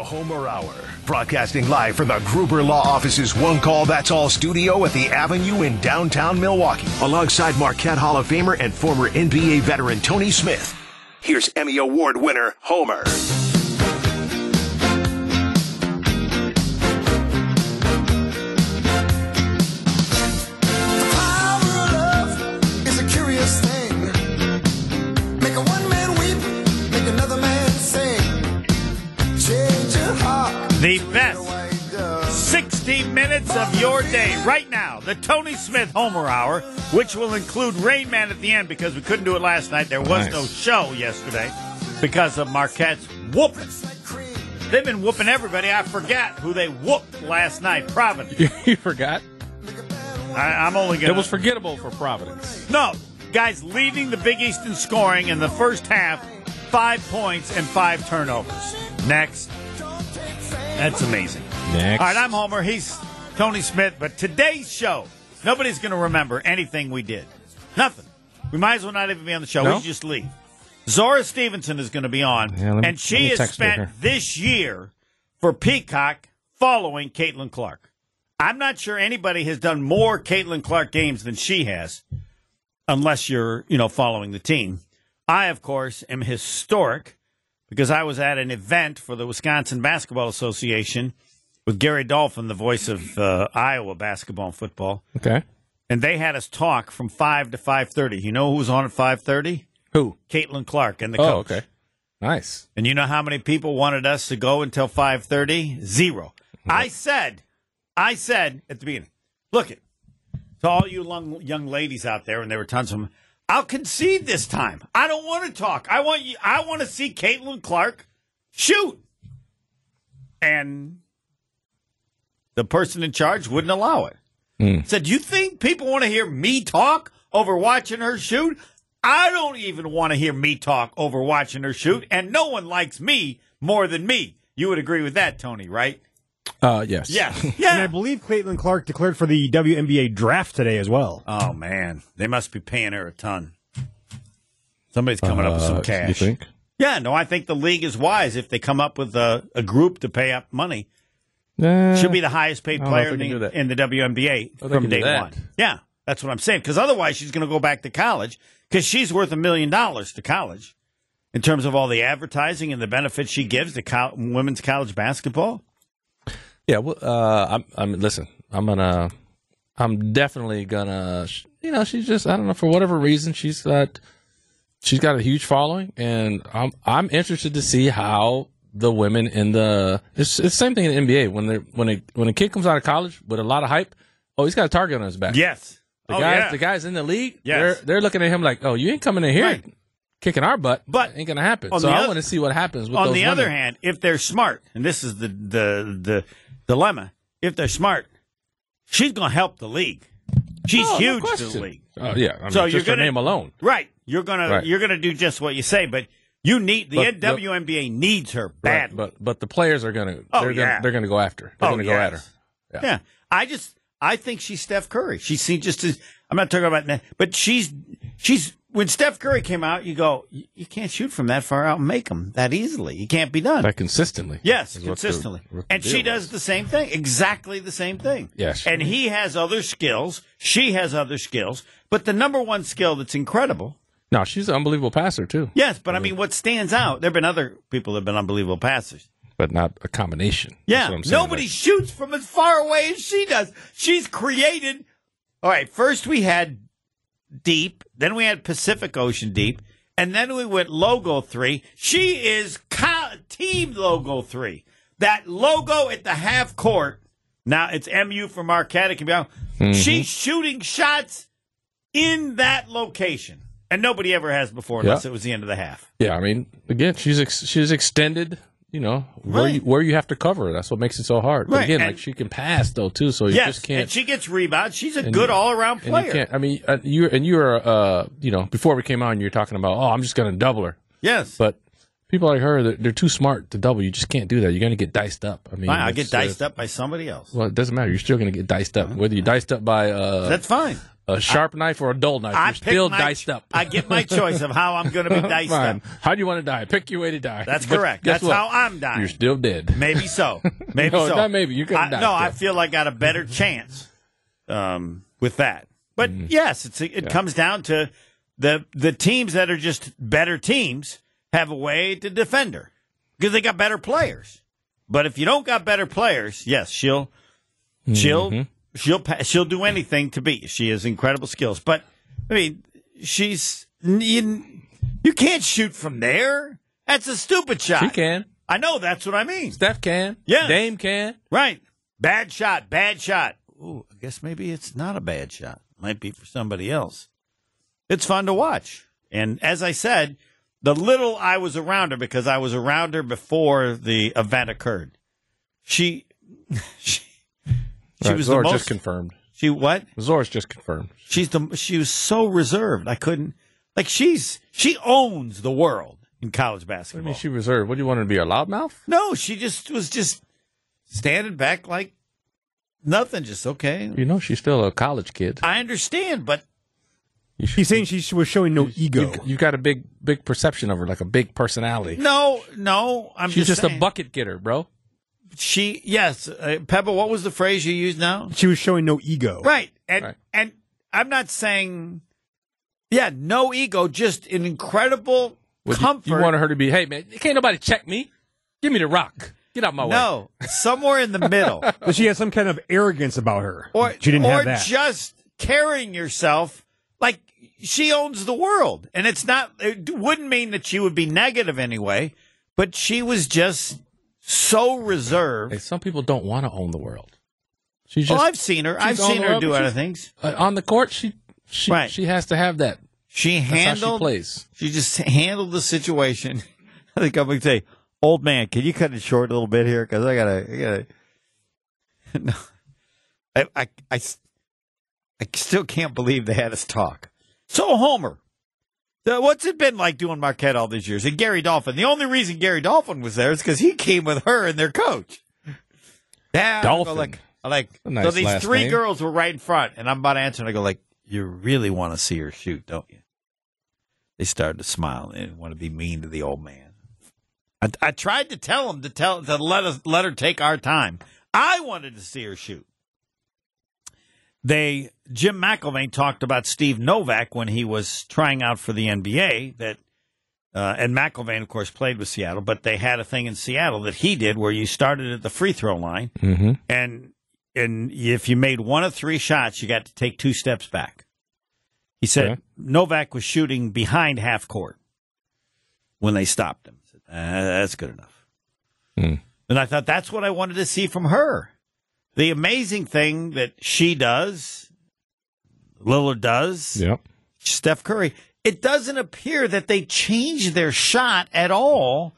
Homer Hour, broadcasting live from the Gruber Law Office's One Call That's All studio at the Avenue in downtown Milwaukee, alongside Marquette Hall of Famer and former NBA veteran Tony Smith. Here's Emmy Award winner Homer. Power of love is a curious thing. Make a one man weep, make another man sing. Change your heart. The to best white dove. 60 minutes of your day right now. The Tony Smith Homer Hour, which will include Rain Man at the end because we couldn't do it last night. There was Nice. no show yesterday because of Marquette's whooping. They've been whooping everybody. I forgot who they whooped last night. Providence. you forgot? I, I'm only gonna. It was forgettable for Providence. No, guys, leading the Big East in scoring in the first half, five points and five turnovers. Next. That's amazing. Next. All right, I'm Homer. He's Tony Smith. But today's show, nobody's going to remember anything we did. Nothing. We might as well not even be on the show. No? We should just leave. Zora Stevenson is going to be on, Yeah, let me- and let she me has text her spent here. this year for Peacock following Caitlin Clark. I'm not sure anybody has done more Caitlin Clark games than she has, unless you're, you know, following the team. I, of course, am historic because I was at an event for the Wisconsin Basketball Association with Gary Dolphin, the voice of uh, Iowa basketball and football, okay. and they had us talk from five to five thirty. You know who was on at five thirty? Who? Caitlin Clark and the Oh, coach. okay. Nice. And you know how many people wanted us to go until 5:30? Zero. I said, I said at the beginning, look it to all you long, young ladies out there, and there were tons of them. I'll concede this time. I don't want to talk. I want you. I want to see Caitlin Clark shoot. And the person in charge wouldn't allow it. Said, "You think people want to hear me talk over watching her shoot? I don't even want to hear me talk over watching her shoot, and no one likes me more than me." You would agree with that, Tony, right? Uh, yes. Yes. And I Yeah. believe Caitlin Clark declared for the WNBA draft today as well. Oh man, they must be paying her a ton. Somebody's coming up with some Uh, cash. You think? Yeah, no, I think the league is wise if they come up with a, a group to pay up money. Uh, She'll be the highest paid I don't know if player in they can do the, that. in the WNBA Oh, they from can do day that. one. Yeah, that's what I'm saying. Because otherwise, she's going to go back to college because she's worth a million dollars to college in terms of all the advertising and the benefits she gives to co- women's college basketball. Yeah. Well, uh, I'm, I'm. Listen, I'm gonna. I'm definitely gonna. sh- You know, she's just. I don't know for whatever reason she's got. She's got a huge following, and I'm. I'm interested to see how the women in the. It's, it's the same thing in the NBA when they when a when a kid comes out of college with a lot of hype. Oh, he's got a target on his back. Yes. The oh, guys, yeah. the guys in the league, Yes. they're they're looking at him like, "Oh, you ain't coming in here, Right. kicking our butt." But ain't gonna happen. on So the I oth- want to see what happens. With on those the women. other hand, if they're smart, and this is the the the dilemma, if they're smart, she's going to help the league. She's Oh, no huge to the question. league. oh yeah, I mean, So just you're her gonna- name alone. Right. You're going Right. to you're going to do just what you say, but you need the But the- WNBA needs her badly. But but the players are gonna Oh, they're yeah. gonna they're gonna go after. her. They're Oh, gonna go yes. at her. Yeah. yeah. I just I think she's Steph Curry. She seems just as I'm not talking about that, but she's she's when Steph Curry came out, you go, "You- you can't shoot from that far out and make them that easily. You can't be done. Like consistently. Yes, is what the- consistently. what the and she deal does is. the same thing, exactly the same thing. Yes. And he has other skills. She has other skills. But the number one skill that's incredible. No, she's an unbelievable passer too, Yes, but I mean, what stands out? There have been other people that have been unbelievable passers. but not a combination. That's Yeah, what I'm saying. nobody Like, shoots from as far away as she does. She's created. All right, first we had deep, then we had Pacific Ocean deep, and then we went logo three. She is co- team logo three. That logo at the half court. Now it's MU for Marquette. It can be out. Mm-hmm. She's shooting shots in that location, and nobody ever has before, unless Yeah. it was the end of the half. yeah, I mean, again, she's ex- she's extended. You know where Right. you, where you have to cover. her. That's what makes it so hard. But Right, again, and- like she can pass though too, so you yes, just can't. and she gets rebounds. She's a And good you- all around And player. you can't. I mean, uh, you and you were, uh, you know, before we came on, you were talking about, oh, I'm just going to double her. yes, But people like her, they're, they're too smart to double. You just can't do that. You're going to get diced up. I mean, Fine, I it's, get uh, diced up Uh-huh. by somebody else. Well, it doesn't matter. You're still going to get diced up, whether you're diced up by uh, That's fine. a sharp knife or a dull knife. I you're pick still my- diced up. I get my choice of how I'm going to be diced Fine. up. How do you want to die? Pick your way to die. That's But correct. guess That's what? how I'm dying. You're still dead. Maybe so. Maybe No, so. not maybe. You could've I- died No, I still. feel like I got a better chance um, with that. But Mm-hmm. yes, it's it comes down to the the teams that are just better teams have a way to defend her because they got better players. But if you don't got better players, yes, she'll she'll Mm-hmm. she'll pa- she'll do anything to beat you. She has incredible skills, but I mean, she's you, you can't shoot from there. That's a stupid shot. She can. I know that's what I mean. Steph can. Yeah. Dame can. Right. Bad shot, bad shot. Ooh, I guess maybe it's not a bad shot. Might be for somebody else. It's fun to watch. And as I said, the little I was around her because I was around her before the event occurred. She she, she Right, was the Zor's most just confirmed. she what? Zor's just confirmed. She's the she was so reserved. I couldn't like she's she owns the world in college I basketball. mean, she reserved. What do you want her to be? A loudmouth? no, she just was just standing back like nothing just okay. You know, she's still a college kid. I understand, but You He's saying she was showing no ego. you, you got a big, big perception of her, like a big personality. no, no. I'm She's just, Mm-hmm. saying. a bucket getter, bro. She, yes, uh, Peppa. What was the phrase you used now? She was showing no ego. Right, and Right. and I'm not saying, yeah, no ego, just an incredible Would you- comfort. You, wanted her to be, hey man, can't nobody check me. Give me the rock. Get out my way. no, somewhere in the middle, But she had some kind of arrogance about her. or she didn't or have that. just carrying yourself like she owns the world, and it's not. It wouldn't mean that she would be negative anyway, but she was just so reserved. Hey, some people don't want to own the world. She's well, just I've seen her. I've on seen the her road, do but other she's- things. uh, on the court. She she Right. she has to have that. She That's handled. how she plays. she just handled the situation. I think I'm gonna say, old man, can you cut it short a little bit here? Because I gotta, I gotta. No, I, I, I, s- I still can't believe they had us talk. So Homer, the- what's it been like doing Marquette all these years? And Gary Dolphin. The only reason Gary Dolphin was there is because he came with her and their coach. Yeah, I go Dolphin. Like, I like. A nice so these last three name. girls were right in front, and I'm about to answer, and I go like, "You really want to see her shoot, don't you?" they started to smile and want to be mean to the old man. I, I tried to tell him to tell to let us let her take our time. I wanted to see her shoot. They Jim McElvain talked about Steve Novak when he was trying out for the NBA that uh, and McElvain of course played with Seattle, but they had a thing in Seattle that he did where you started at the free throw line Mm-hmm. and and if you made one of three shots, you got to take two steps back. He said Okay. Novak was shooting behind half court when they stopped him. I said, "Uh, that's good enough. Hmm. And I thought that's what I wanted to see from her. The amazing thing that she does, Lillard does, Yep. Steph Curry. It doesn't appear that they changed their shot at all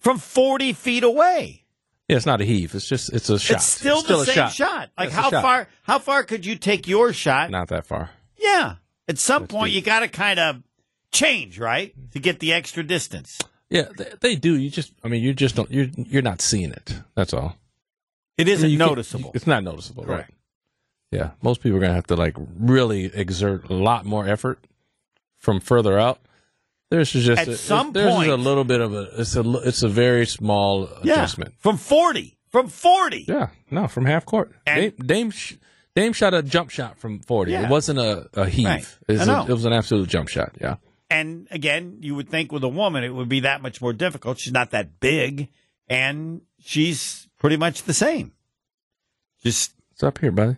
from 40 feet away. Yeah, it's not a heave. It's just it's a shot. It's still, a the same shot. Like It's a how shot. far how far could you take your shot? Not that far. Yeah. At some point deep. Mm-hmm. you got to kind of change, right? To get the extra distance. Yeah, they, they do. You just, I mean, you just don't. You're you're not seeing it. That's all. It I mean, you can't- noticeable. It's not noticeable, Correct. right? Yeah, most people are gonna have to like really exert a lot more effort from further out. There's just At a, some there's just point- a little bit of a it's a li- it's a very small yeah. adjustment. From 40. From 40. Yeah, no, from half court. Dame And- Dame, sh- Dame shot a jump shot from forty. Yeah. It wasn't a, a heave. Right. It, was I a- know. it was an absolute jump shot. Yeah, And again, you would think with a woman it would be that much more difficult. She's not that big and she's pretty much the same. Just it's up here, buddy.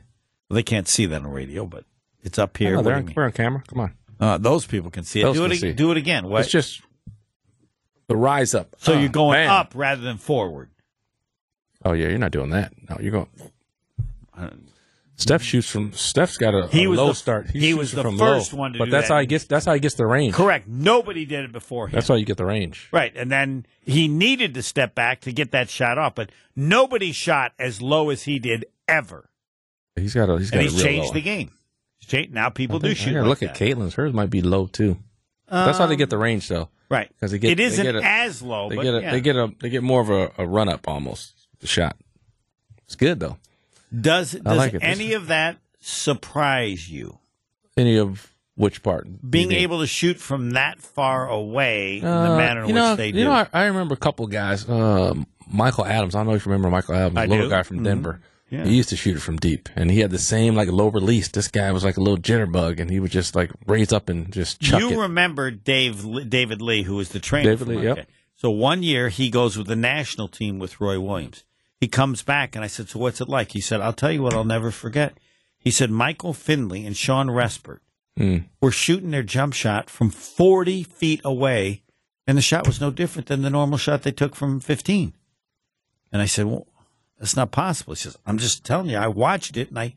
they can't see that on radio, but it's up I here. know, What Oh, they're do you on- mean? we're on camera. Come on, Uh, those people can see it. Those Do can it, see. do it again. What? it's just the rise up. so Oh, you're going man. up rather than forward. Oh yeah, you're not doing that. No, you're going. I- Steph shoots from. Steph's got a, He a was low the- start. he shoots was the from first low. one to but do that's that. how he gets. That's how he gets the range. Correct. Nobody did it before him. That's how you get the range. right. And then he needed to step back to get that shot off, but nobody shot as low as he did ever. He's got a. He's got And a he's real changed low. the game. He's changed- now people I do think- I shoot. gotta like look at that. Caitlin's. Hers might be low too. That's how they get the range, though. Right. 'Cause they get- it they isn't get a- as low, They but get a, yeah. they get a they get more of a, a run up almost the shot. It's good though. does does like it. any of that surprise you? Any of which part? Being Do you think? able to shoot from that far away in Uh, the manner in you know, which they you do. know, I, I remember a couple guys. Um, Michael Adams. I don't know if you remember Michael Adams, I little do. guy from Denver. Yeah. He used to shoot it from deep, and he had the same like low release. This guy was like a little jitterbug, and he would just like raise up and just chuck you it. remember Dave Lee- David Lee, who was the trainer. David for Lee, Mike yep. Ed. So one year he goes with the national team with Roy Williams. He comes back and I said, "So what's it like?" He said, "I'll tell you what I'll never forget." He said, "Michael Finley and Sean Respert Hmm. were shooting their jump shot from 40 feet away, and the shot was no different than the normal shot they took from 15." And I said, "Well, that's not possible." He says, "I'm just telling you, I watched it and I."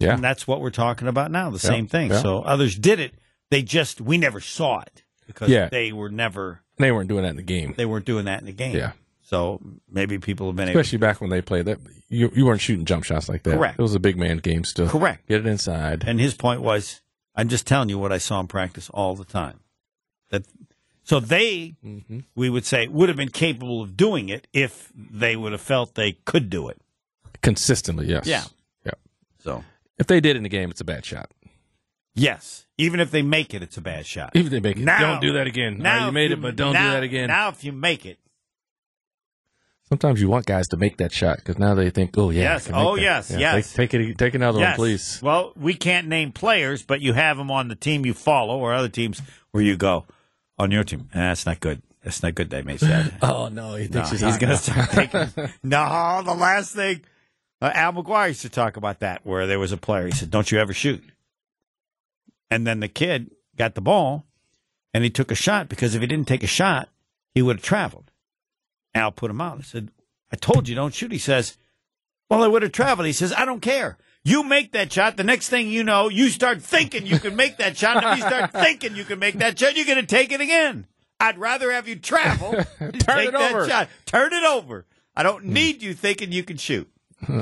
yeah, And that's what we're talking about now, the same thing. yeah. So others did it. They just we never saw it because Yeah. they were never they weren't doing that in the game, they weren't doing that in the game. Yeah. So maybe people have been able especially back when they played that. You you weren't shooting jump shots like that. Correct. It was a big man game still. Correct. Get it inside. and his point was I'm just telling you what I saw in practice all the time. That so they Mm-hmm. we would say would have been capable of doing it if they would have felt they could do it. consistently. Yes. Yeah. Yeah. So If they did in the game, it's a bad shot. yes. Even if they make it, it's a bad shot. Even if they make it, Now- don't do that again. Now you if made it, but don't now- do that again. Now if you make it, Sometimes you want guys to make that shot because now they think, oh yeah, I Yes. can make Oh, that. yes, Yeah, yes. Take, take it. Take another one, Oh, please. Well, we can't name players, but you have them on the team you follow or other teams where you go on your team. Ah, that's not good. That's not good. They made that. Oh no, he No, thinks he's going to start taking. no, the last thing uh, Al McGuire used to talk about that, where there was a player. He said, "Don't you ever shoot." And then the kid got the ball, and he took a shot because if he didn't take a shot, he would have traveled. Al put him out. I said, "I told you don't shoot." He says, "Well, I would have traveled." He says, "I don't care." You make that shot. The next thing you know, you start thinking you can make that shot. And if you start thinking you can make that shot, you're going to take it again. I'd rather have you travel. Turn it over. Hmm. shot. Turn it over. I don't need you thinking you can shoot. So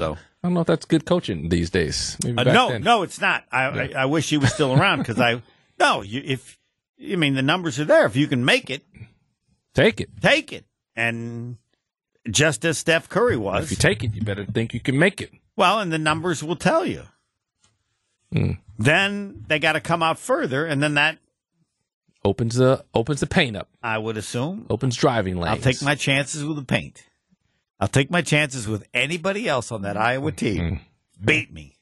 I don't know if that's good coaching these days. Maybe uh, back no, then. no, it's not. I, I, I wish he was still around because I no. You, if I mean the numbers are there. If you can make it, Take it. take it. And just as Steph Curry If you was, take it, you better think you can make it. well, and the numbers will tell you. Hmm. Then they got to come out further, and then that Opens the opens the paint up. I would assume Opens driving lanes. I'll take my chances with the paint. I'll take my chances with anybody else on that Iowa Hmm. team. Beat me.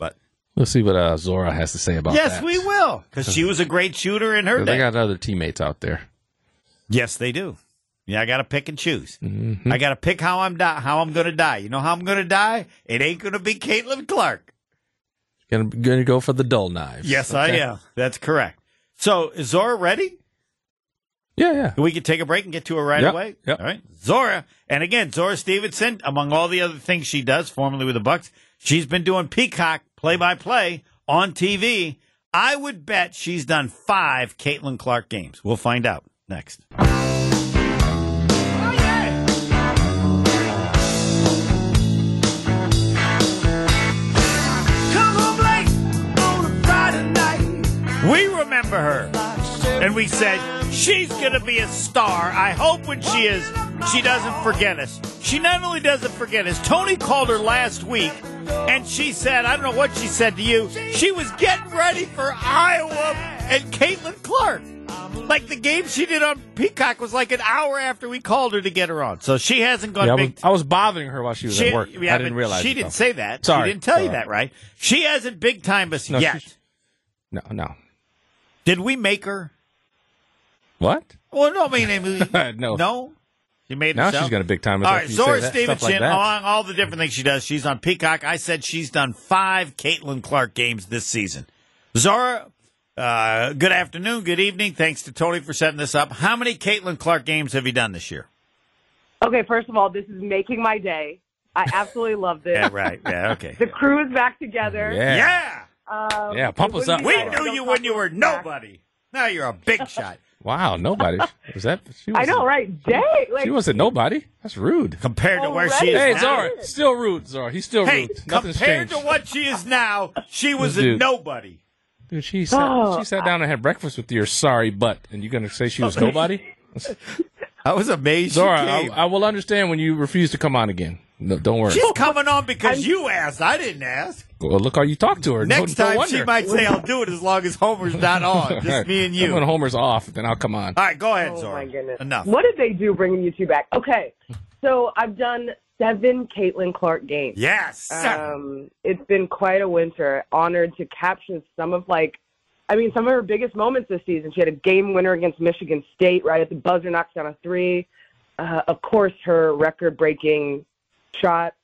But Let's see what uh, Zora has to say about yes, that. we will because she was a great shooter in her They day. got other teammates out there. Yes, they do. Yeah, I got to pick and choose. Mm-hmm. I got to pick how I'm di- how I'm going to die. You know how I'm going to die? It ain't going to be Caitlin Clark. Gonna gonna go for the dull knives. Yes, I am. That's correct. So, is Zora ready? Yeah, yeah. We can take a break and get to her right Yep, away. yep. All right, Zora, and again, Zora Stevenson, among all the other things she does, formerly with the Bucks, she's been doing Peacock play-by-play on TV. I would bet she's done five Caitlin Clark games. We'll find out next. We remember her. And we said, she's going to be a star. I hope when she is, she doesn't forget us. She not only doesn't forget us, Tony called her last week and she said, I don't know what she said to you, she was getting ready for Iowa and Caitlin Clark. Like the game she did on Peacock was like an hour after we called her to get her on. So she hasn't gone Yeah, I, was, big I was bothering her while she was she, at work. yeah, I didn't but realize she it, didn't though. say that. Sorry. she didn't tell you Sorry. that, right? She hasn't big time us No, yet. she- No, no. Did we make her? What? Well, no, I mean, I mean No. no. She made Now herself. she's got a big time. All right, You say Zora that, stuff Stevenson, like that. among all the different things she does, she's on Peacock. I said she's done five Caitlin Clark games this season. Zora, uh, good afternoon, good evening. Thanks to Tony for setting this up. How many Caitlin Clark games have you done this year? Okay, first of all, this is making my day. I absolutely love this. Yeah, right. Yeah, okay. The crew is back together. Yeah. yeah. Um, Yeah, pump us it up. wouldn't be We bad if knew don't you talk when you about were the fact- nobody. Now you're a big shot. Wow, nobody. Was that? She I was, know, right? Day. Like, She wasn't nobody. That's rude. Compared to where she Already? is Hey, now. Zara, still rude, Zara. He's still Hey, rude. Nothing's compared changed. to what she is now, she was This a dude. nobody. Dude, she sat, Oh, she sat down and had breakfast with your sorry butt, and you're gonna say she was nobody? I was amazed. she Zora, I, came. I will understand when you refuse to come on again. No, don't worry. She's coming on because you asked. I didn't ask. Well, look how you talk to her. Next no, no time wonder. she might say, "I'll do it as long as Homer's not on, All right. just me and When you." All Homer's off, then I'll come on. right, go ahead, Oh Zora. my goodness. Enough. What did they do bringing you two back? Okay. So I've done seven Caitlin Clark games. Yes. Um, it's been quite a winter. Honored to capture some of like, I mean, some of her biggest moments this season. She had a game winner against Michigan State right at the buzzer, knocks down a three. Uh, of course, her record-breaking shot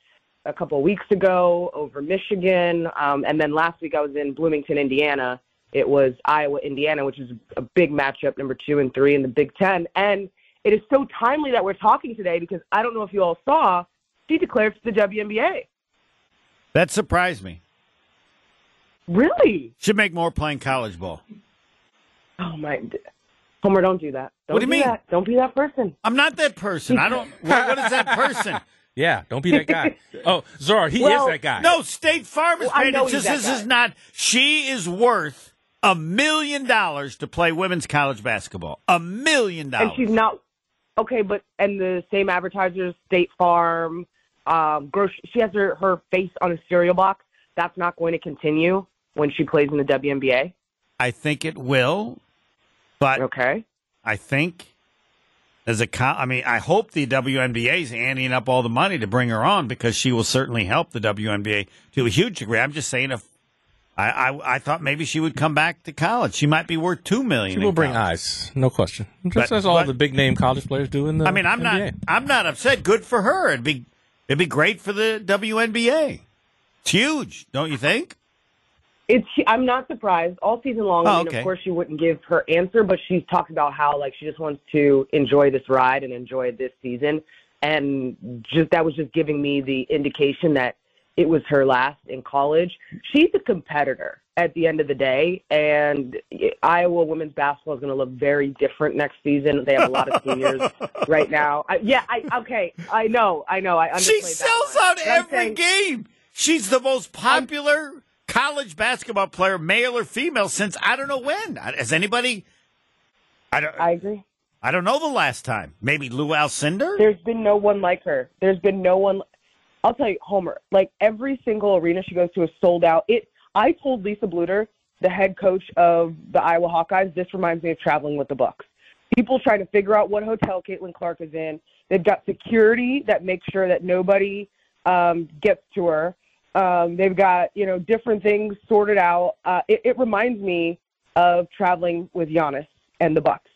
a couple of weeks ago over Michigan, um, and then last week I was in Bloomington, Indiana. It was Iowa, Indiana, which is a big matchup, number two and three in the Big Ten. And it is so timely that we're talking today because I don't know if you all saw, she declared for the WNBA. that surprised me. Really? Should make more playing college ball. Oh my! Homer, don't do that. Don't What do you mean? that. Don't be that person. I'm not that person. I don't. What, what is that person? Yeah, don't be that guy. oh, Zora, he Well, is that guy. No, State Farm is Well, I paid. know It's he's just this that is guy. not. She is worth a million dollars to play women's college basketball. A million And dollars. she's not okay. But and the same advertisers, State Farm, um, grocery. She has her her face on a cereal box. That's not going to continue when she plays in the WNBA. I think it will, but Okay. I think as a co- I mean, I hope the WNBA is anteing up all the money to bring her on because she will certainly help the WNBA to a huge degree. I'm just saying if I, I I thought maybe she would come back to college. She might be worth two million. She will in bring college. eyes, no question. Just But- as all but- the big name college players do in the I mean, I'm not NBA. I'm not upset. Good for her. It'd be it'd be great for the WNBA. It's huge, don't you think? It's. she- I'm not surprised. All season long, Oh, I mean, okay. of course, she wouldn't give her answer, but she's talked about how like she just wants to enjoy this ride and enjoy this season, and just that was just giving me the indication that it was her last in college. She's a competitor at the end of the day, and Iowa women's basketball is going to look very different next season. They have a lot of seniors right now. I, yeah, I okay. I know. I know. I underplayed She that sells one. out But I'm every saying- game. She's the most popular college basketball player, male or female, since I don't know when. I- Has anybody? I don't. I I, agree. don't know the last time. Maybe Lou Alcindor. There's been no one like her. There's been no one. I'll tell you, Homer. Like every single arena she goes to is sold out. It. I told Lisa Bluter, the head coach of the Iowa Hawkeyes, this reminds me of traveling with the Bucks. People trying to figure out what hotel Caitlin Clark is in. They've got security that makes sure that nobody um, gets to her. Um, they've got you know different things sorted out. Uh, it, it reminds me of traveling with Giannis and the Bucks.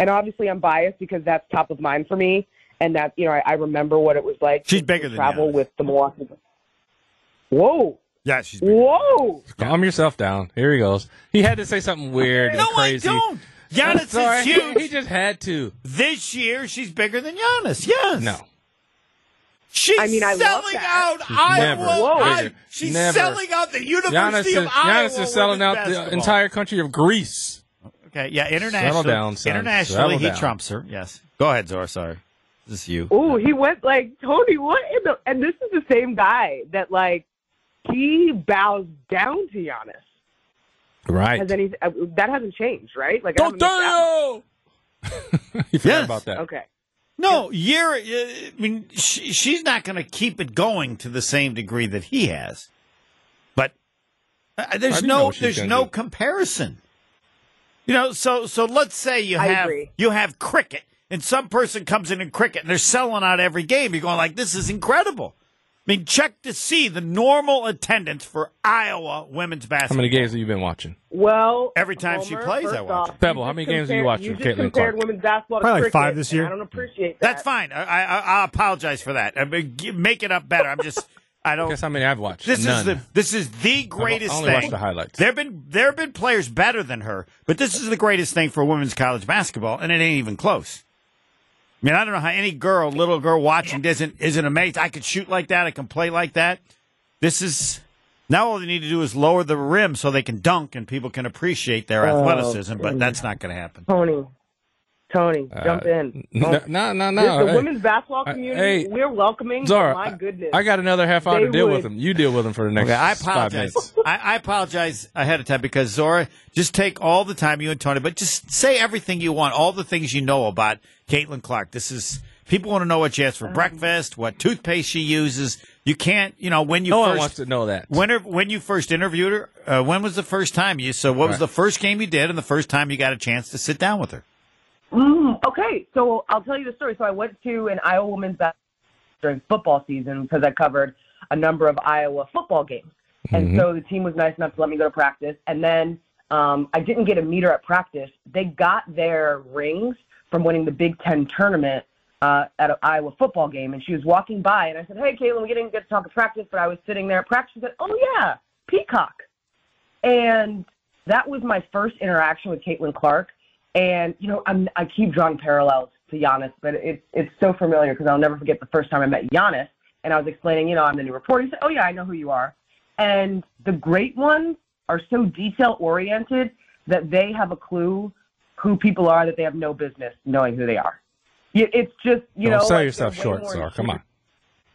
And obviously, I'm biased because that's top of mind for me, and that you know I, I remember what it was like. She's to bigger than travel Giannis. with the Milwaukee. Bucks. Whoa, Yeah, she's. whoa! Calm yourself down. Here he goes. He had to say something weird No, and crazy. I don't. I'm Giannis sorry. is huge. He just had to. This year, she's bigger than Giannis. Yes. No. She's I mean, I love selling that. out Iowa. never I- bigger. she's Never. selling out the Giannis University is, of Iowa. Giannis is selling out women's the basketball. entire country of Greece. Okay, yeah, internationally. down, son. Internationally, Settle he down. trumps her. Yes. Go ahead, Zora. Sorry. This is you. Ooh, he went like Tony. What in the? And this is the same guy that like he bows down to Giannis. Right. Has any uh, that hasn't changed, right? Like I haven't missed that Tortero! you forgot Yes. about that. much. Okay. No, you're. uh, I mean, she, she's not going to keep it going to the same degree that he has. But uh, I there's do know no what she's there's gonna no do. comparison. You know, so so let's say you I have agree. you have cricket, and some person comes in in cricket, and they're selling out every game. You're going like, this is incredible. I mean, check to see the normal attendance for Iowa women's How basketball. many games have you been watching? Well, Every time she Homer, plays, first I watch off, it. Pebble, you how just many games have you compared- watched You with just Caitlin compared Clark? women's basketball to Probably like cricket, five this and year. I don't appreciate that. That's fine. I, I, I apologize for that. I mean, g- make it up better. I'm just. I don't. Guess how many I've watched? This None. is the this is the greatest only thing. watched the highlights. There've been there have been players better than her, but this is the greatest thing for women's college basketball, and it ain't even close. I mean, I don't know how any girl, little girl watching isn't isn't amazed. I could shoot like that. I can play like that. This is now all they need to do is lower the rim Oh, so they can dunk and people can appreciate their athleticism. But that's not going to happen. Tony. Tony, jump in. Oh. No, Uh, no, no. This- no. the Hey, women's basketball I- community, hey, we're welcoming. but Zara, my I- goodness. I got another half hour They to deal would- with them. You deal with them for the next Okay, I five apologize. minutes. I, I apologize ahead of time because Zora, just take all the time you and Tony, but just say everything you want, all the things you know about Caitlin Clark. This is people want to know what she has for breakfast, what toothpaste she uses. You can't, you know, when you No one first wants to know that. when her- when you first interviewed her. Uh, when was the first time you? So what was Right. the first game you did, and the first time you got a chance to sit down with her? Mm, okay, so I'll tell you the story. So I went to an Iowa women's basketball during football season because I covered a number of Iowa football games, and so the team was nice enough to let me go to practice. And then um, I didn't get a meter at practice. They got their rings from winning the Big Ten tournament uh, at an Iowa football game, and she was walking by, and I said, "Hey, Caitlin, we didn't get to talk at practice, but I was sitting there at practice." She said, "Oh yeah, Peacock." and that was my first interaction with Caitlin Clark. And you know, I'm, I keep drawing parallels to Giannis, but it's it's so familiar because I'll never forget the first time I met Giannis, and I was explaining, you know, I'm the new reporter. He said, "Oh yeah, I know who you are." And the great ones are so detail oriented that they have a clue who people are that they have no business knowing who they are. Y- It's just you Don't know, sell like, yourself they're way short, more Zara. Come on.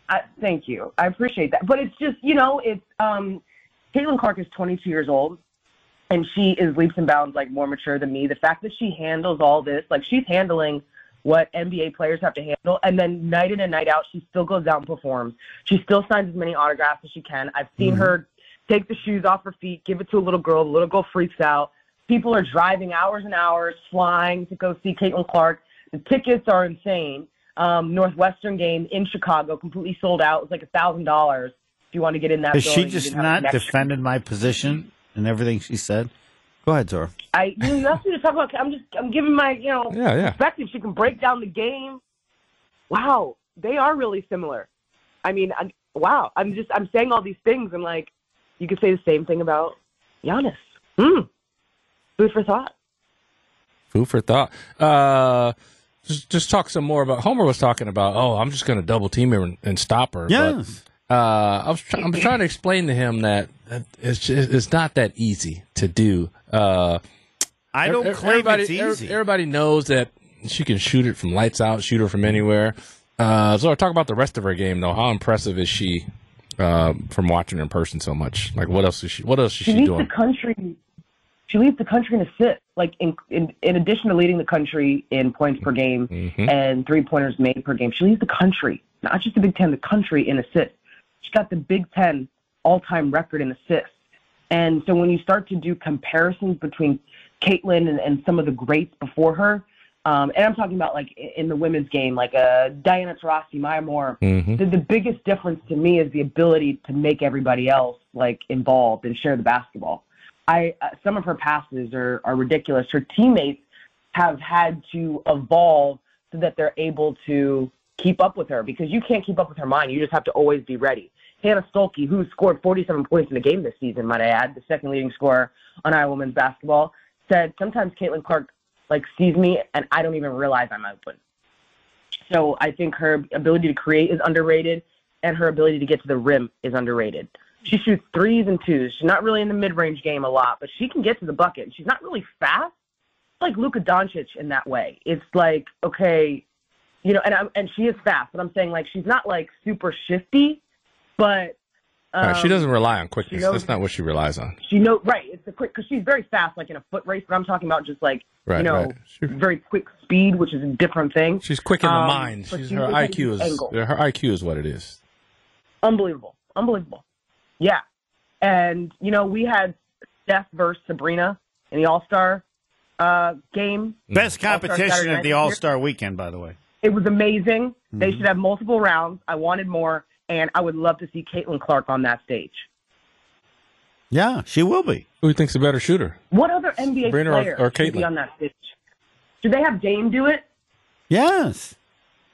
I, thank you. I appreciate that. But it's just, you know, it's um, Caitlin Clark is 22 years old, and she is leaps and bounds like more mature than me. The fact that she handles all this, like she's handling what NBA players have to handle, and then night in and night out, she still goes out and performs. She still signs as many autographs as she can. I've seen Mm-hmm. her take the shoes off her feet, give it to a little girl. The little girl freaks out. People are driving hours and hours, flying to go see Caitlin Clark. The tickets are insane. Um, Northwestern game in Chicago, completely sold out. It was like a thousand dollars if you want to get in that. Has she building. You just didn't have a not connection. defended my position and everything she said? Go ahead, Zora. I you, know, you asked me to talk about. I'm just I'm giving my you know Yeah, yeah. perspective. She can break down the game. Wow, they are really similar. I mean, i wow. I'm just I'm saying all these things. and like, you could say the same thing about Giannis. Hmm. Food for thought. Food for thought. Uh, just, just talk some more about. Homer was talking about. Oh, I'm just going to double team her and, and stop her. but, Yes. uh, I was try- I'm trying to explain to him that that it's just, it's not that easy to do. Uh, I don't Ev- claim everybody, it's ev- easy. Everybody knows that she can shoot it from lights out, shoot her from anywhere. Uh, so talk about the rest of her game though. How impressive is she uh, from watching her in person so much? Like what else is she? What else is She she leads doing? the country. She leads the country in assists. Like in, in in addition to leading the country in points per game and three pointers made per game, she leads the country, not just the Big Ten, the country in assists. She got the Big Ten all time record in assists. And so when you start to do comparisons between Caitlin and, and some of the greats before her, um, and I'm talking about like i- in the women's game, like uh, Diana Taurasi, Maya Moore, the, the biggest difference to me is the ability to make everybody else like involved and share the basketball. I uh, some of her passes are, are ridiculous. Her teammates have had to evolve so that they're able to keep up with her because you can't keep up with her mind. You just have to always be ready. Hannah Stolke, who scored 47 points in the game this season, might I add, the second leading scorer on Iowa women's basketball, said sometimes Caitlin Clark like sees me and I don't even realize I'm open. So I think her ability to create is underrated, and her ability to get to the rim is underrated. She shoots threes and twos. She's not really in the mid-range game a lot, but she can get to the bucket. She's not really fast, It's like Luka Doncic in that way. It's like okay, you know, and I'm, and she is fast, but I'm saying like she's not like super shifty, but um, Uh, she doesn't rely on quickness. knows- That's not what she relies on. she know right. It's a quick because she's very fast, like in a foot race. But I'm talking about just like Right, you know, right. Sure. very quick speed, which is a different thing. She's quick in the Um, mind. but She's, she her doesn't IQ is angle. her IQ is what it is. unbelievable, unbelievable. Yeah, and you know we had Steph versus Sabrina in the All Star uh, game. Mm-hmm. Best All-Star competition Saturday at the night. All Star weekend, by the way. It was amazing. Mm-hmm. They should have multiple rounds. I wanted more, and I would love to see Caitlin Clark on that stage. Yeah, she will be. Who you think's a better shooter? What other NBA Sabrina or- player or should be Caitlin? on that stage? Should they have Dame do it? Yes.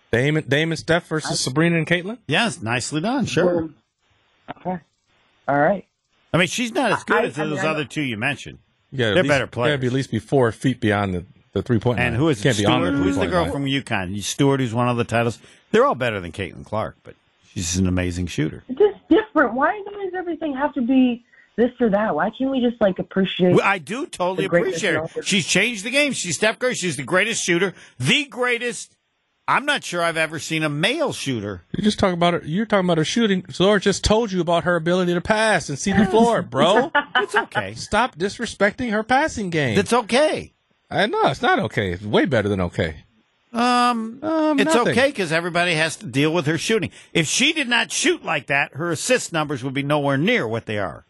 Damon, Damon, Steph versus Sabrina and Caitlin. Yes, nicely done. Sure. Or- Okay. All right. I mean, she's not as good I- as I mean, those I know- other two you mentioned. You gotta at They're least- better You gotta be players. at least be four feet beyond the, the three point line. And who is Can't it? be on the Stewart? Who's the three-point girl line. from UConn? Stewart, who's won all the titles. They're all better than Caitlin Clark, but she's an amazing shooter. It's just different. Why does everything have to be this or that. Why can't we just like appreciate? Well, I do totally The greatest appreciate her. golfer. She's changed the game. She's Steph Curry. She's the greatest shooter, the greatest. I'm not sure I've ever seen a male shooter. You're just talking about her. You're talking about her shooting. Zora just told you about her ability to pass and see the floor, bro. It's okay. Stop disrespecting her passing game. It's okay. I know it's not okay. It's way better than okay. Um, Um, it's nothing. okay because everybody has to deal with her shooting. If she did not shoot like that, her assist numbers would be nowhere near what they are.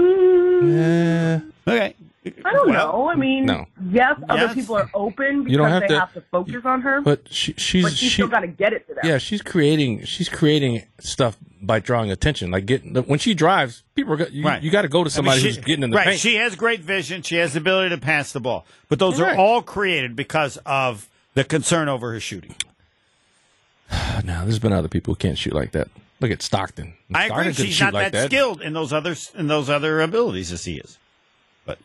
Eh, Okay. I don't Well, know. I mean, no. yes, other Yes. people are open because You don't have they to- have to focus on her, but, but she, she's she's she- still got to get it to them. yeah, she's creating she's creating stuff by drawing attention. Like getting when she drives, people are go- you, Right. you got to go to somebody I mean, she- who's getting in the right. paint. She has great vision. She has the ability to pass the ball, but those Right. are all created because of the concern over her shooting. But no, there's been other people who can't shoot like that. Look at Stockton. I Stockton agree. couldn't She's shoot not like that, skilled in those other in those other abilities as he is, but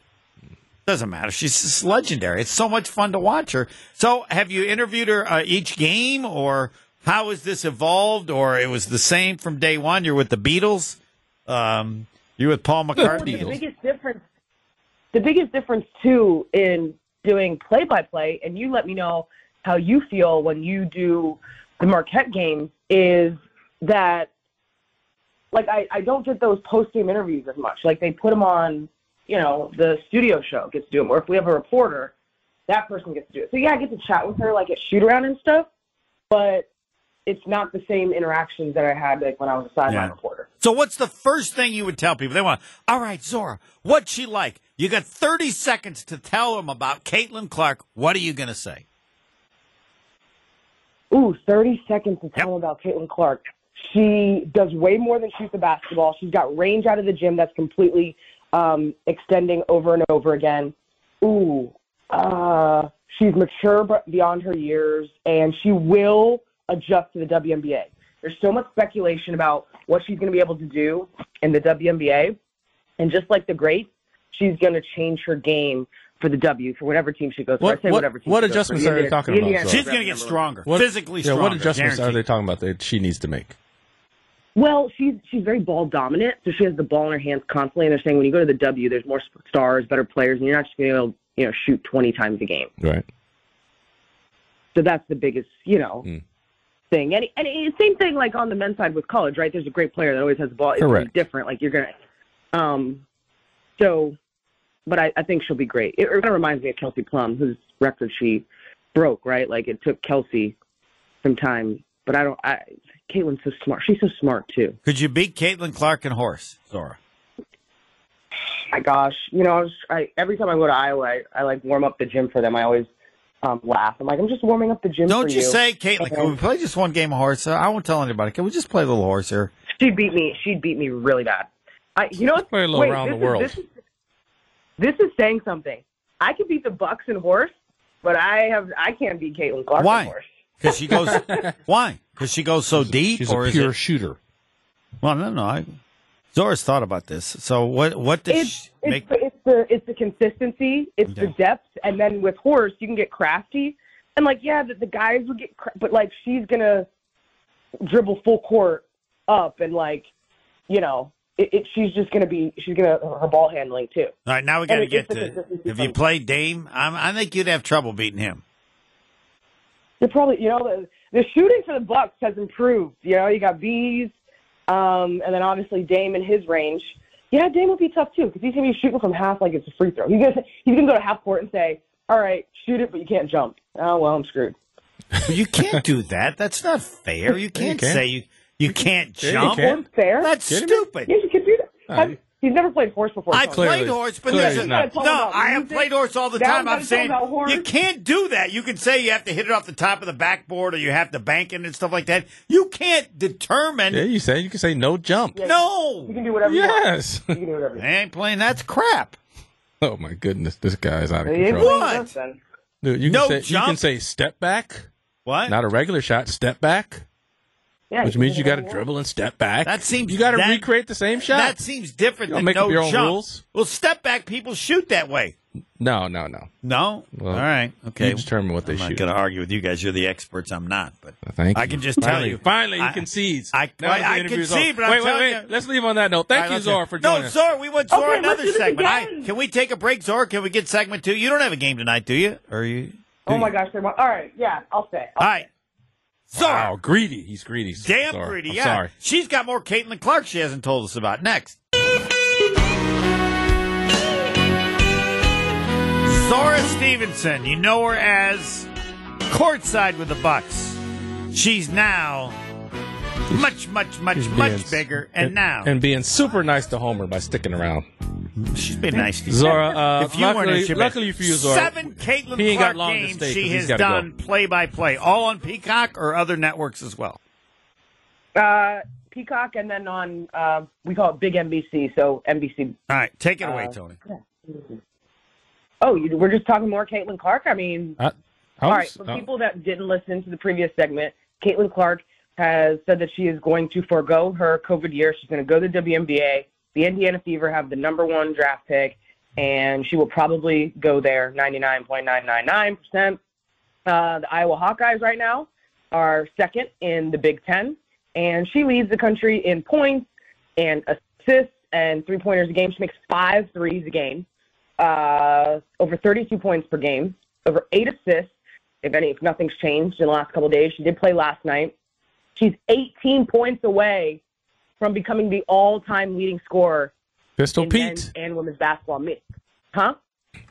doesn't matter. She's just legendary. It's so much fun to watch her. So, have you interviewed her uh, each game, or how has this evolved, or it was the same from day one? You're with the Beatles. Um, you're with Paul McCartney. the biggest difference the biggest difference too in doing play by play and you let me know how you feel when you do the Marquette game is that like I, I don't get those post game interviews as much. Like they put them on, you know, the studio show gets to do them, or if we have a reporter, that person gets to do it. So yeah, I get to chat with her like at shoot around and stuff, but it's not the same interactions that I had like when I was a sideline Yeah. reporter. So, what's the first thing you would tell people? They want, all right, Zora, what's she like? You got 30 seconds to tell them about Caitlin Clark. What are you going to say? Ooh, 30 seconds to Yep. tell about Caitlin Clark. She does way more than shoot the basketball. She's got range out of the gym that's completely um, extending over and over again. Ooh, uh, she's mature but beyond her years, and she will adjust to the WNBA. There's so much speculation about what she's going to be able to do in the WNBA, and just like the greats, she's going to change her game for the W for whatever team she goes What- for. I say what- whatever team what she goes adjustments for. are they Indiana- talking about, Indiana- Zora? She's going to get stronger, What- physically yeah, stronger. what adjustments guaranteed. are they talking about that she needs to make? Well, she's she's very ball dominant, so she has the ball in her hands constantly. And they're saying when you go to the W, there's more sp- stars, better players, and you're not just going to be able to you know shoot 20 times a game. Right. So that's the biggest you know Mm. thing. And, and it's same thing like on the men's side with college, right? There's a great player that always has the ball. It's Correct. different. Like you're gonna, um, so, but I, I think she'll be great. It, kind of reminds me of Kelsey Plum, whose record she broke, right? Like it took Kelsey some time, but I don't. I Caitlin's so smart. She's so smart too. Could you beat Caitlin Clark and horse, Zora? my gosh, you know, I, was, I every time I go to Iowa, I, I like warm up the gym for them. I always um, laugh. I'm like, I'm just warming up the gym. Don't for you say, Caitlin? Can we play just one game of horse? I won't tell anybody. Can we just play a little horse here? she beat me? She beat me really bad. I, you know, Let's play a little wait, around this the is- world. This is, this is saying something. I could beat the Bucks and horse, but I have I can't beat Caitlin Clark. in Why? Horse. Because she goes. why? Because she goes so deep, She's or a is pure it? shooter. Well, no, no. I, Zora's thought about this. So what? What does It's she it's, make? it's the it's the consistency, it's the Okay. depth, and then with horse you can get crafty, and like yeah, the, the guys would get, cra- but like she's gonna dribble full court up, and like you know, it, it she's just gonna be she's gonna her ball handling too. All right, now we got to and get it's just a to. consistency If you from- play Dame, I'm, I think you'd have trouble beating him. They're probably you know the, the shooting for the Bucks has improved. You know, you got bees, um, and then obviously Dame in his range. Yeah, Dame will be tough too because he's gonna be shooting from half like it's a free throw. He's gonna he's gonna go to half court and say, "All right, shoot it, but you can't jump." Oh well, I'm screwed. But you can't do that. That's not fair. You can't can. say you you can't jump. can. Horse fair? That's Kidding me? stupid. yes, you could do that. All right. Have- He's never played horse before. I Tony. Clearly- played horse, but clearly there's he's a, not. no. I have Music. played horse all the Now time. we gotta I'm talk saying about horse. you can't do that. You can say you have to hit it off the top of the backboard, or you have to bank it and stuff like that. You can't determine. Yeah, you say you can say no jump. You No, can do whatever Yes. you want. You can do whatever you I ain't playing. That's crap. oh my goodness, this guy's out of want. He ain't control. playing What? us then. Dude, you, can No say, you jump? can say step back, What? not a regular shot, step back, Yeah, which he means can you do got to whatever he dribble and step back. That seems- you got to that- recreate the same shot. that seems different Y'all than make no up your own jump. rules? Well, step back. People shoot that way. No, no, no. No? Well, All right. Okay. You determine what they I'm not shoot. going to argue with you guys. You're the experts. I'm not. But Thank I you. can just tell Finally- you. Finally, I- he concedes. I- Now that I- the I interview's concede, over. but I'm wait, telling wait, you- wait. Let's leave on that note. All Thank right, you, let's Zor, hear- for no, joining us. Zor, we want Zor Okay, let's another do this segment. I, again. can we take a break, Zor? Can we get segment two? You don't have a game tonight, do you? Or you? Oh my gosh, they want. All right, yeah, I'll stay. All right, Zor, Wow, Oh, greedy. He's greedy. damn Zor. pretty. I'm yeah, Sorry. she's got more Caitlin Clark she hasn't told us about. Next, Zora Stevenson. You know her as courtside with the Bucks. She's now much, much, much, He's being- much bigger, and now and being super nice to Homer by sticking around. she's been nice to you. Zora, uh, If you luckily, weren't in Chippewa- luckily for you, Zora, seven Caitlin he ain't Clark got long to games stay 'cause she he's has gotta go. done play by play, all on Peacock or other networks as well. Uh, Peacock, and then on uh, we call it Big NBC, so NBC. All right, take it away, Uh, Tony. Oh, you, we're just talking more Caitlin Clark. I mean, I, I Uh, all right. was- uh, For I- people that didn't listen to the previous segment, Caitlin Clark has said that she is going to forego her COVID year. She's going to go to the WNBA. The Indiana Fever have the number one draft pick, and she will probably go there 99.999%. Uh, the Iowa Hawkeyes right now are second in the Big Ten, and she leads the country in points and assists and three pointers a game. She makes five threes a game, uh, over 32 points per game, over eight assists. If any, if nothing's changed in the last couple of days, she did play last night. She's 18 points away from becoming the all-time leading scorer Pistol in men's Pete. and women's basketball. Me- Huh?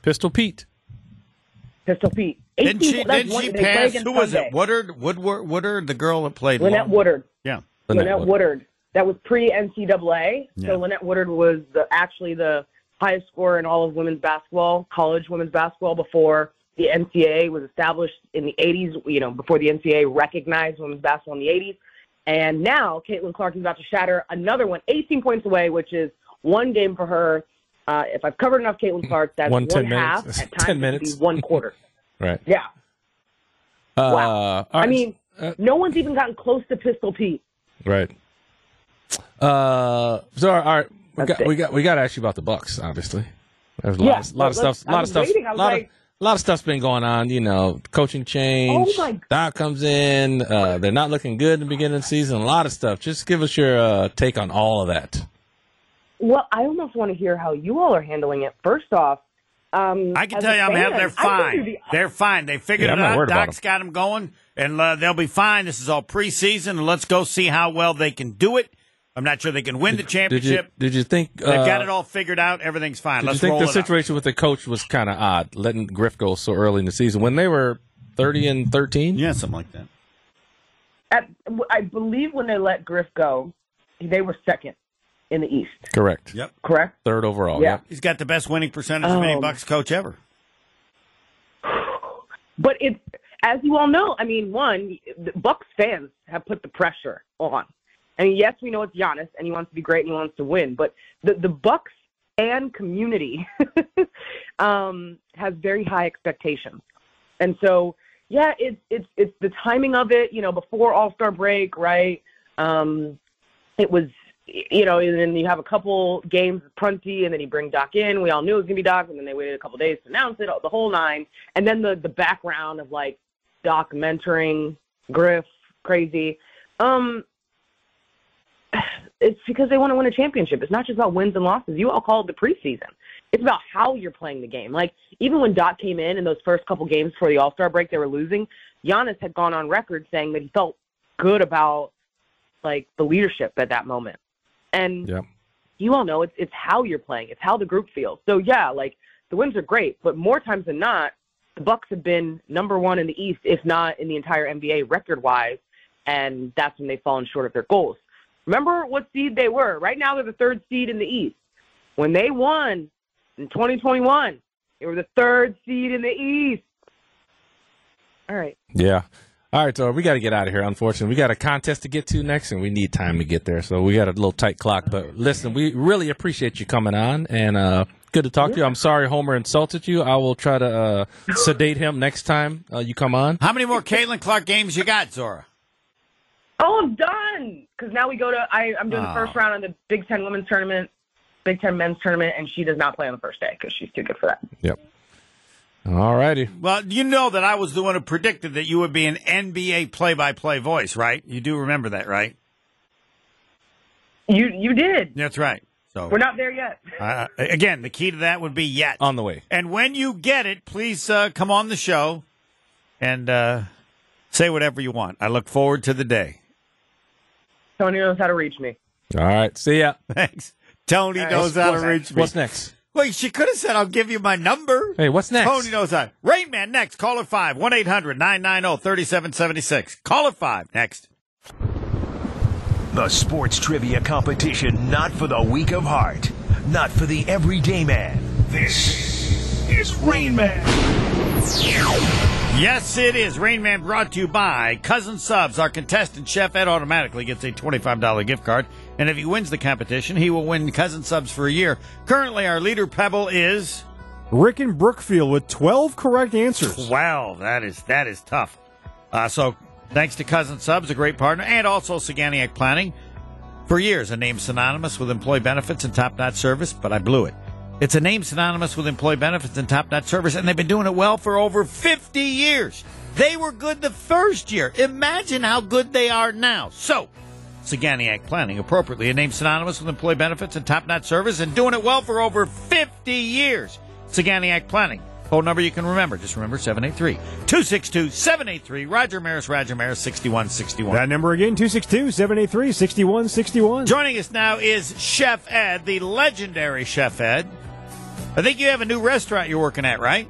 Pistol Pete. Pistol Pete. Didn't 18 she? that's Didn't one- she they play pass? against Who was Sunday. it? Woodard, Woodward, Woodard, the girl that played. Lynette long- Woodard. Yeah. Lynette Lynette Wood. Woodard. That was pre NCAA. Yeah. So Lynette Woodard was the, actually the highest scorer in all of women's basketball, college women's basketball, before the NCAA was established in the 80s, you know, before the NCAA recognized women's basketball in the 80s. And now Caitlin Clark is about to shatter another one, 18 points away, which is one game for her. Uh, if I've covered enough Caitlin Clark, Mm-hmm. that's One one, 10 minutes. half. At times, 10 it could be minutes. One quarter. Right. Yeah. Uh, Wow. all I right. mean, Uh, no one's even gotten close to Pistol Pete. Right. Uh, Zara, all right, we That's got, it. we got we got to ask you about the Bucks. Obviously, there's a Yeah, lot, of, lot of well, let's- stuff, I lot of was stuff, waiting, I was lot of like- lot of stuff's been going on. You know, coaching change. Oh my- Doc comes in. Uh, they're not looking good in the beginning of the season. A lot of stuff. Just give us your uh, take on all of that. Well, I almost want to hear how you all are handling it. First off, um, I can as tell a you, I'm fan, having. They're I think fine. you'd be- they're fine. They figured Yeah, it I'm not out. worried about Doc's got them going, and uh, they'll be fine. This is all preseason, and let's go see how well they can do it. I'm not sure they can win the Did you championship. did you think uh, They've got it all figured out. Everything's fine. Did Let's you think roll the it up. situation with the coach was kind of odd, letting Griff go so early in the season when they were thirty and thirteen? Yeah, something like that. at, I believe when they let Griff go, they were second in the East. Correct. Yep. Correct? Third overall. Yeah. Yep. He's got the best winning percentage of any Um, Bucks coach ever. But it's as you all know. I mean, one, the Bucks fans have put the pressure on. I mean, yes, we know it's Giannis, and he wants to be great, and he wants to win. But the the Bucks fan community um, has very high expectations, and so yeah, it's it's it's the timing of it. You know, before All Star break, right? Um, it was you know, and then you have a couple games with Prunty, and then you bring Doc in. We all knew it was gonna be Doc, and then they waited a couple days to announce it, the whole nine, and then the the background of like Doc mentoring Griff, crazy. Um, it's because they want to win a championship. It's not just about wins and losses. You all called the preseason. It's about how you're playing the game. Like even when Doc came in in those first couple games before the All Star break, they were losing. Giannis had gone on record saying that he felt good about like the leadership at that moment. And Yep. you all know it's it's how you're playing, it's how the group feels. So yeah, like the wins are great, but more times than not, the Bucks have been number one in the East, if not in the entire NBA record wise, and that's when they've fallen short of their goals. Remember what seed they were. Right now they're the third seed in the East. When they won in twenty twenty one, they were the third seed in the East. All right. Yeah. All right, so we got to get out of here. Unfortunately, we got a contest to get to next, and we need time to get there. So we got a little tight clock. But listen, we really appreciate you coming on, and uh, good to talk to you. I'm sorry Homer insulted you. I will try to uh, sedate him next time uh, you come on. How many more Caitlin Clark games you got, Zora? Oh, I'm done. Because now we go to I, I'm doing Oh. the first round of the Big Ten women's tournament, Big Ten men's tournament, and she does not play on the first day because she's too good for that. Yep. All righty. Well, you know that I was the one who predicted that you would be an NBA play-by-play voice, right? You do remember that, right? You you did. That's right. So We're not there yet. uh, again, the key to that would be yet. On the way. And when you get it, please uh, come on the show and uh, say whatever you want. I look forward to the day. Tony knows how to reach me. All right. See ya. Thanks. Tony knows how to reach me. What's next? Wait, she could have said, I'll give you my number. Hey, what's next? Tony knows that. Rain Man next. Caller 5 1 800 990 3776. Caller 5 next. The sports trivia competition not for the weak of heart, not for the everyday man. This is Rain Man. Yes, it is. Rain Man brought to you by Cousin Subs. Our contestant, Chef Ed, automatically gets a $25 gift card. And if he wins the competition, he will win Cousin Subs for a year. Currently, our leader, Pebble, is Rick and Brookfield with 12 correct answers. Wow, that is that is tough. Uh, so thanks to Cousin Subs, a great partner, and also Saganiac Planning. For years, a name synonymous with employee benefits and top-notch service, but I blew it. It's a name synonymous with employee benefits and top-notch service, and they've been doing it well for over 50 years. They were good the first year. Imagine how good they are now. So, Saganiac Planning, appropriately a name synonymous with employee benefits and top-notch service, and doing it well for over 50 years. Saganiac Planning. Phone number you can remember. Just remember 783-262-783. Roger Maris, Roger Maris, 6161. That number again, 262 783 6161. Joining us now is Chef Ed, the legendary Chef Ed. I think you have a new restaurant you're working at, right?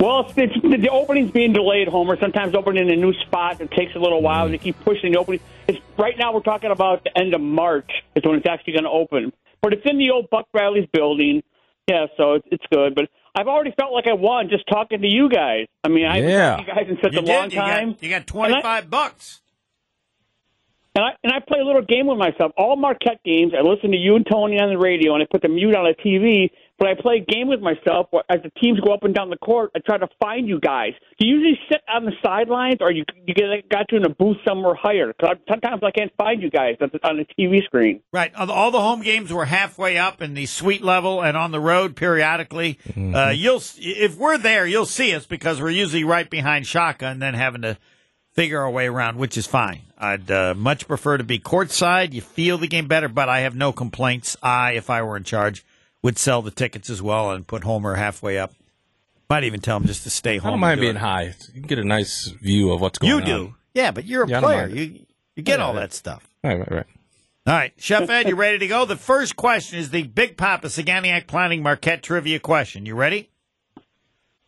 Well, it's, it's, the opening's being delayed, Homer. Sometimes opening in a new spot, it takes a little Mm. while. They keep pushing the opening. It's, right now, we're talking about the end of March is when it's actually going to open. But it's in the old Buck Bradley's building. Yeah, so it's, it's good. But I've already felt like I won just talking to you guys. I mean, I haven't Yeah. talked to you guys in such you a long did. time. You got, you got 25 bucks. And I and I play a little game with myself. All Marquette games, I listen to you and Tony on the radio, and I put the mute on the TV. But I play a game with myself where as the teams go up and down the court. I try to find you guys. Do you usually sit on the sidelines, or you you get got you in a booth somewhere higher? 'Cause I, sometimes I can't find you guys on the, on the TV screen. Right. All the- All the home games were halfway up in the suite level and on the road periodically. Uh, you'll s- if we're there, you'll see us because we're usually right behind Shaka and then having to figure our way around, which is fine. I'd uh, much prefer to be courtside. You feel the game better, but I have no complaints. I, if I were in charge, would sell the tickets as well and put Homer halfway up. Might even tell him just to stay home. I don't and do mind being it. high. You can get a nice view of what's going You on. do, yeah, but you're a Yeah, I don't player. mind. You you get all Yeah. that stuff. Right, right, right. All right, Chef Ed, you ready to go? The first question is the Big Papa Saganiac Planning Marquette trivia question. You ready?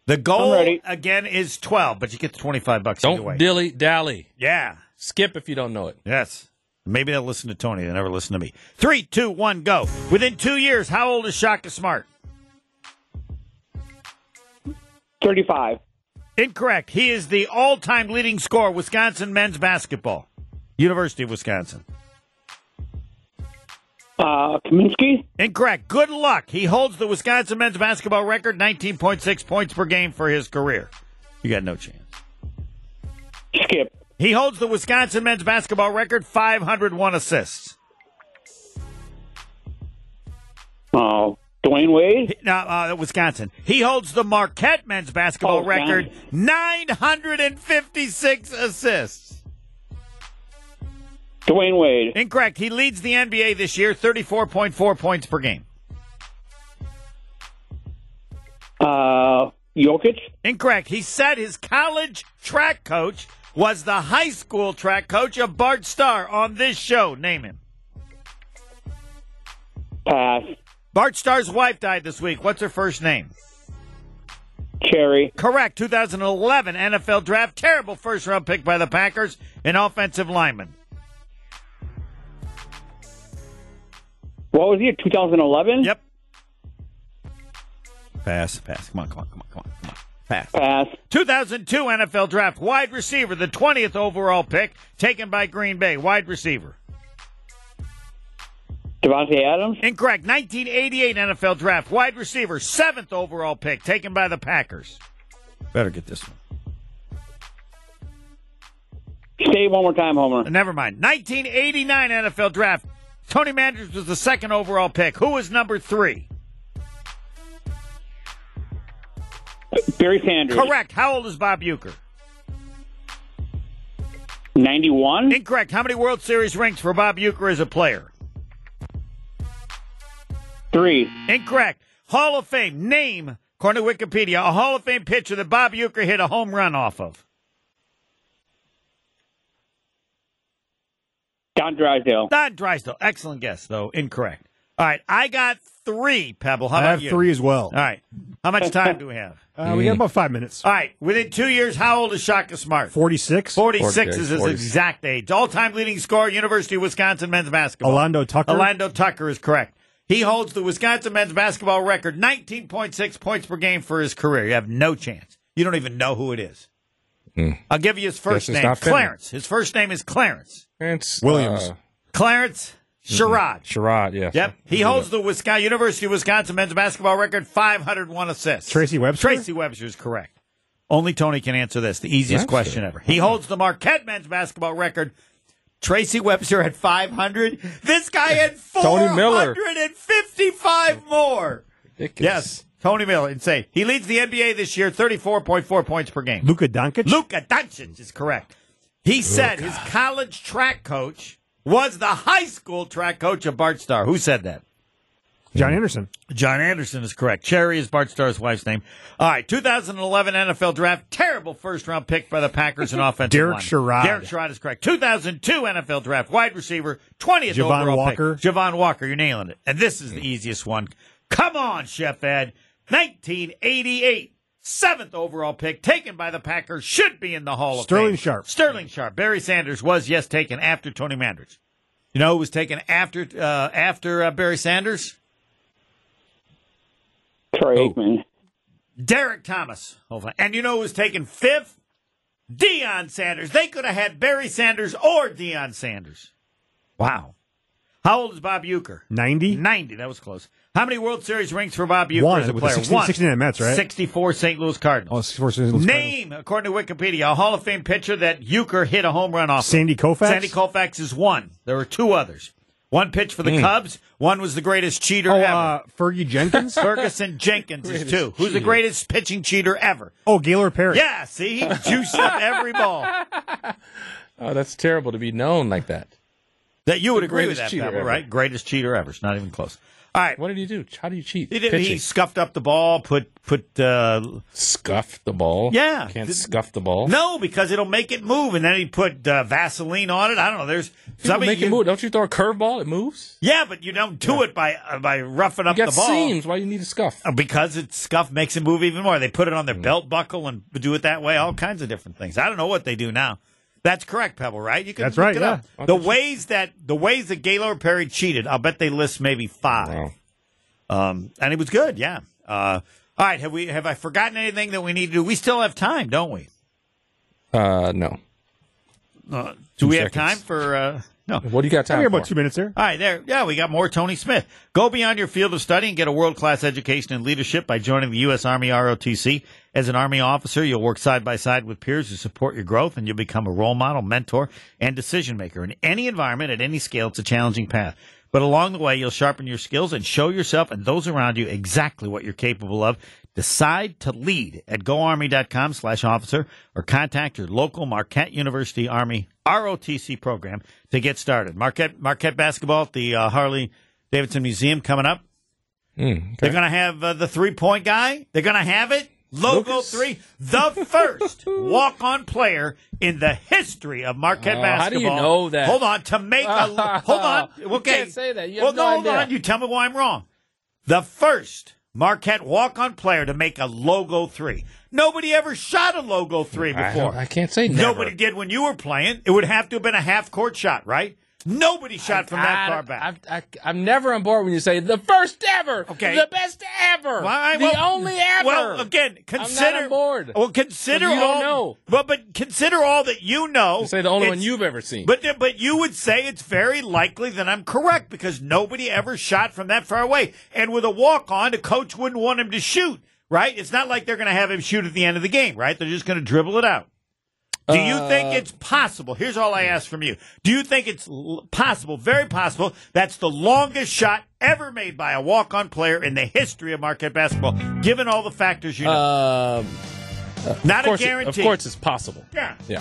The goal I'm ready. again is twelve, but you get the twenty-five bucks either way. Don't dilly dally. yeah. Skip if you don't know it. Yes. Maybe they'll listen to Tony. They never listen to me. Three, two, one, go. Within two years, how old is Shaka Smart? Thirty-five. Incorrect. He is the all-time leading scorer Wisconsin men's basketball. University of Wisconsin. Uh, Kaminsky. Incorrect. Good luck. He holds the Wisconsin men's basketball record, 19.6 points per game for his career. You got no chance. Skip. He holds the Wisconsin men's basketball record, 501 assists. Oh, Dwayne Wade. Now, uh, Wisconsin. He holds the Marquette men's basketball Oh, record, 956 assists. Dwayne Wade. Incorrect. He leads the NBA this year, 34.4 points per game. Uh, Jokic. Incorrect. He said his college track coach was the high school track coach of Bart Starr on this show. Name him. Pass. Bart Starr's wife died this week. What's her first name? Cherry. Correct. 2011 NFL draft. Terrible first round pick by the Packers. An offensive lineman. What was he? 2011. Yep. Pass, pass. Come on, come on, come on, come on, come on. Pass. Pass. 2002 NFL draft. Wide receiver. The 20th overall pick taken by Green Bay. Wide receiver. Devontae Adams. Incorrect. 1988 NFL draft. Wide receiver. Seventh overall pick taken by the Packers. Better get this one. Say it one more time, Homer. Never mind. 1989 NFL draft. Tony Manders was the second overall pick. Who was number three? Barry Sanders. Correct. How old is Bob Euchre? 91? Incorrect. How many World Series rings for Bob Euchre as a player? Three. Incorrect. Hall of Fame. Name, according to Wikipedia, a Hall of Fame pitcher that Bob Euchre hit a home run off of. Don Drysdale. Don Drysdale. Excellent guess, though. Incorrect. All right. I got three, Pebble. How I about have you? Uh, three as well. All right. How much time do we have? Uh, we got about five minutes. All right. Within two years, how old is Shaka Smart? 46. 46 46, is his 40. exact age. All time leading scorer, University of Wisconsin men's basketball. Orlando Tucker. Orlando Tucker is correct. He holds the Wisconsin men's basketball record 19.6 points per game for his career. You have no chance. You don't even know who it is. I'll give you his first Hmm. Guess name it's not Finley. Clarence. His first name is Clarence. It's, Williams. uh, Clarence Mm-hmm. Sherrod. Sherrod, yeah. Yep. He holds the Wisconsin University of Wisconsin men's basketball record 501 assists. Tracy Webster? Tracy Webster is correct. Only Tony can answer this. The easiest Webster. question ever. He holds the Marquette men's basketball record. Tracy Webster had 500. This guy had Tony Miller. 455 more. Yes. Tony Miller, insane. He leads the NBA this year, 34.4 points per game. Luka Doncic. Luka Doncic is correct. He said his college track coach was the high school track coach of Bart Starr. Who said that? John Anderson. John Anderson is correct. Cherry is Bart Starr's wife's name. All right, 2011 NFL Draft. Terrible first round pick by the Packers and offensive Derek line. Sherrod. Derek Sherrod is correct. 2002 NFL Draft. Wide receiver, 20th Javon overall Walker. pick. Javon Walker, you're nailing it. And this is the easiest one. Come on, Chef Ed. 1988. Seventh overall pick taken by the Packers should be in the Hall of Sterling Fame. Sharp. Sterling Sharp. Barry Sanders was, yes, taken after Tony Manders. You know who was taken after uh, after uh, Barry Sanders? Troy Aikman. Derek Thomas. Hold on. And you know who was taken fifth? Deion Sanders. They could have had Barry Sanders or Deion Sanders. Wow. How old is Bob Euchre? 90. 90. That was close. How many World Series rings for Bob Euchre One, as a with the player? 16 69 Mets, right? 64 St. Louis Oh, Cardinals. it's for- it's- Name, according to Wikipedia, a Hall of Fame pitcher that Euchre hit a home run off. of. Sandy Koufax. Uh, Sandy Koufax is one. There were two others. One pitch for the Cubs. One was the greatest cheater Oh, ever. uh, Fergie Jenkins. Ferguson Jenkins is two. Who's the greatest pitching cheater ever? oh, Gaylor Perry. Yeah, see, he juiced up every ball. Oh, that's terrible to be known like that. That you would agree with greatest that, cheater Pablo, ever. right? Greatest cheater ever. It's not even close. All right, What did he do? How do you cheat? he did. Pitching. He scuffed up the ball. Put put. Uh, scuff the ball. Yeah. Can't Did- scuff the ball. no, because it'll make it move, and then he put uh, Vaseline on it. I don't know. There's People some make you, it move. Don't you throw a curveball? It moves. Yeah, but you don't do it by uh, by roughing up You got the ball. seams. Why do you need a scuff? Uh, Because it scuff makes it move even more. They put it on their Mm. belt buckle and do it that way. All kinds of different things. I don't know what they do now. That's correct, Pebble. Right? You can That's look right, It yeah. up. The ways that the ways that Gaylor Perry cheated. I'll bet they list maybe five. Wow. Um, and it was good. Yeah. Uh, all right. Have we? Have I forgotten anything that we need to do? We still have time, don't we? Uh, no. Uh, do we have seconds. time for? Uh, no. What do you got I time think for? about two minutes there. All right, there. Yeah, we got more Tony Smith. Go beyond your field of study and get a world class education in leadership by joining the U.S. Army ROTC. As an Army officer, you'll work side by side with peers who support your growth, and you'll become a role model, mentor, and decision maker. In any environment, at any scale, it's a challenging path. But along the way, you'll sharpen your skills and show yourself and those around you exactly what you're capable of. Decide to lead at goarmy.com slash officer or contact your local Marquette University Army ROTC program to get started. Marquette, Marquette basketball at the uh, Harley Davidson Museum coming up. Hmm, They're going to have uh, the three point guy. They're going to have it. Logo Lucas. three, the first walk on player in the history of Marquette Oh, basketball. how do you know that? Hold on, to make a hold on. Okay, You can't say that. You well, have no hold idea. on. You tell me why I'm wrong. The first Marquette walk on player to make a logo three. Nobody ever shot a logo three I, before. don't- I can't say never. Nobody did when you were playing. It would have to have been a half court shot, right? Nobody shot from that I- far back. I, I, am never on board when you say the first ever, Okay. the best ever, Well, I- the well, only ever. Well, again, consider on board. Well, consider You don't all. know. But but consider all that you know. say the only one It's- you've ever seen. But but you would say it's very likely that I'm correct because nobody ever shot from that far away. And with a walk on, the coach wouldn't want him to shoot. Right? It's not like they're going to have him shoot at the end of the game. Right? They're just going to dribble it out. Do Uh, you think it's possible? Here's all I ask from you. Do you think it's l- possible, very possible, that's the longest shot ever made by a walk on player in the history of Marquette basketball, given all the factors you know? Um, Not a course it- guarantee. of course, it's possible. Yeah. Yeah,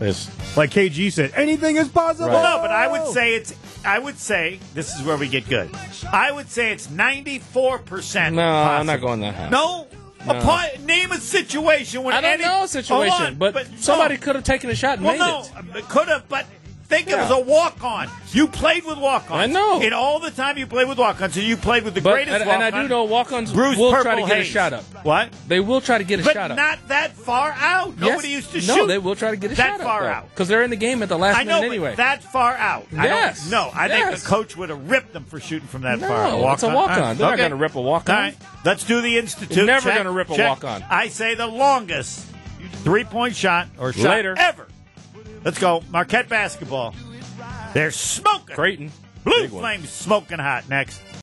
it's Like KG said, anything is possible. Right. No, but I would say it's. I would say this is where we get good. I would say it's ninety-four percent. no. I'm not going that high. No. Upon, name a situation when I don't any- know a Hold situation, on, but, somebody no. could have taken a shot and Well, made it. no, um, it could have, but think it was Yeah. a walk on. You played with walk ons. I know. In all the time you played with walk ons, and you played with the But greatest and, walk on. and I do know walk-ons Bruce will Purple try to get Hayes. a shot up. What? They will try to get a But shot up. not that far out. Yes. Nobody used to no, shoot. they will try to get a that shot far up, out. because they're in the game at the last I know, minute anyway. but that far out. Yes. I don't know. I think Yes. the coach would have ripped them for shooting from that No, far out. it's a walk-on. All right. They're not gonna rip a walk-on. All right. Let's do the Institute. You're never Check, gonna rip a check. walk-on. I say the longest three-point shot or shot Later. ever. Let's go. Marquette basketball. They're smoking. Creighton, Blue Big one. Flames smoking hot next.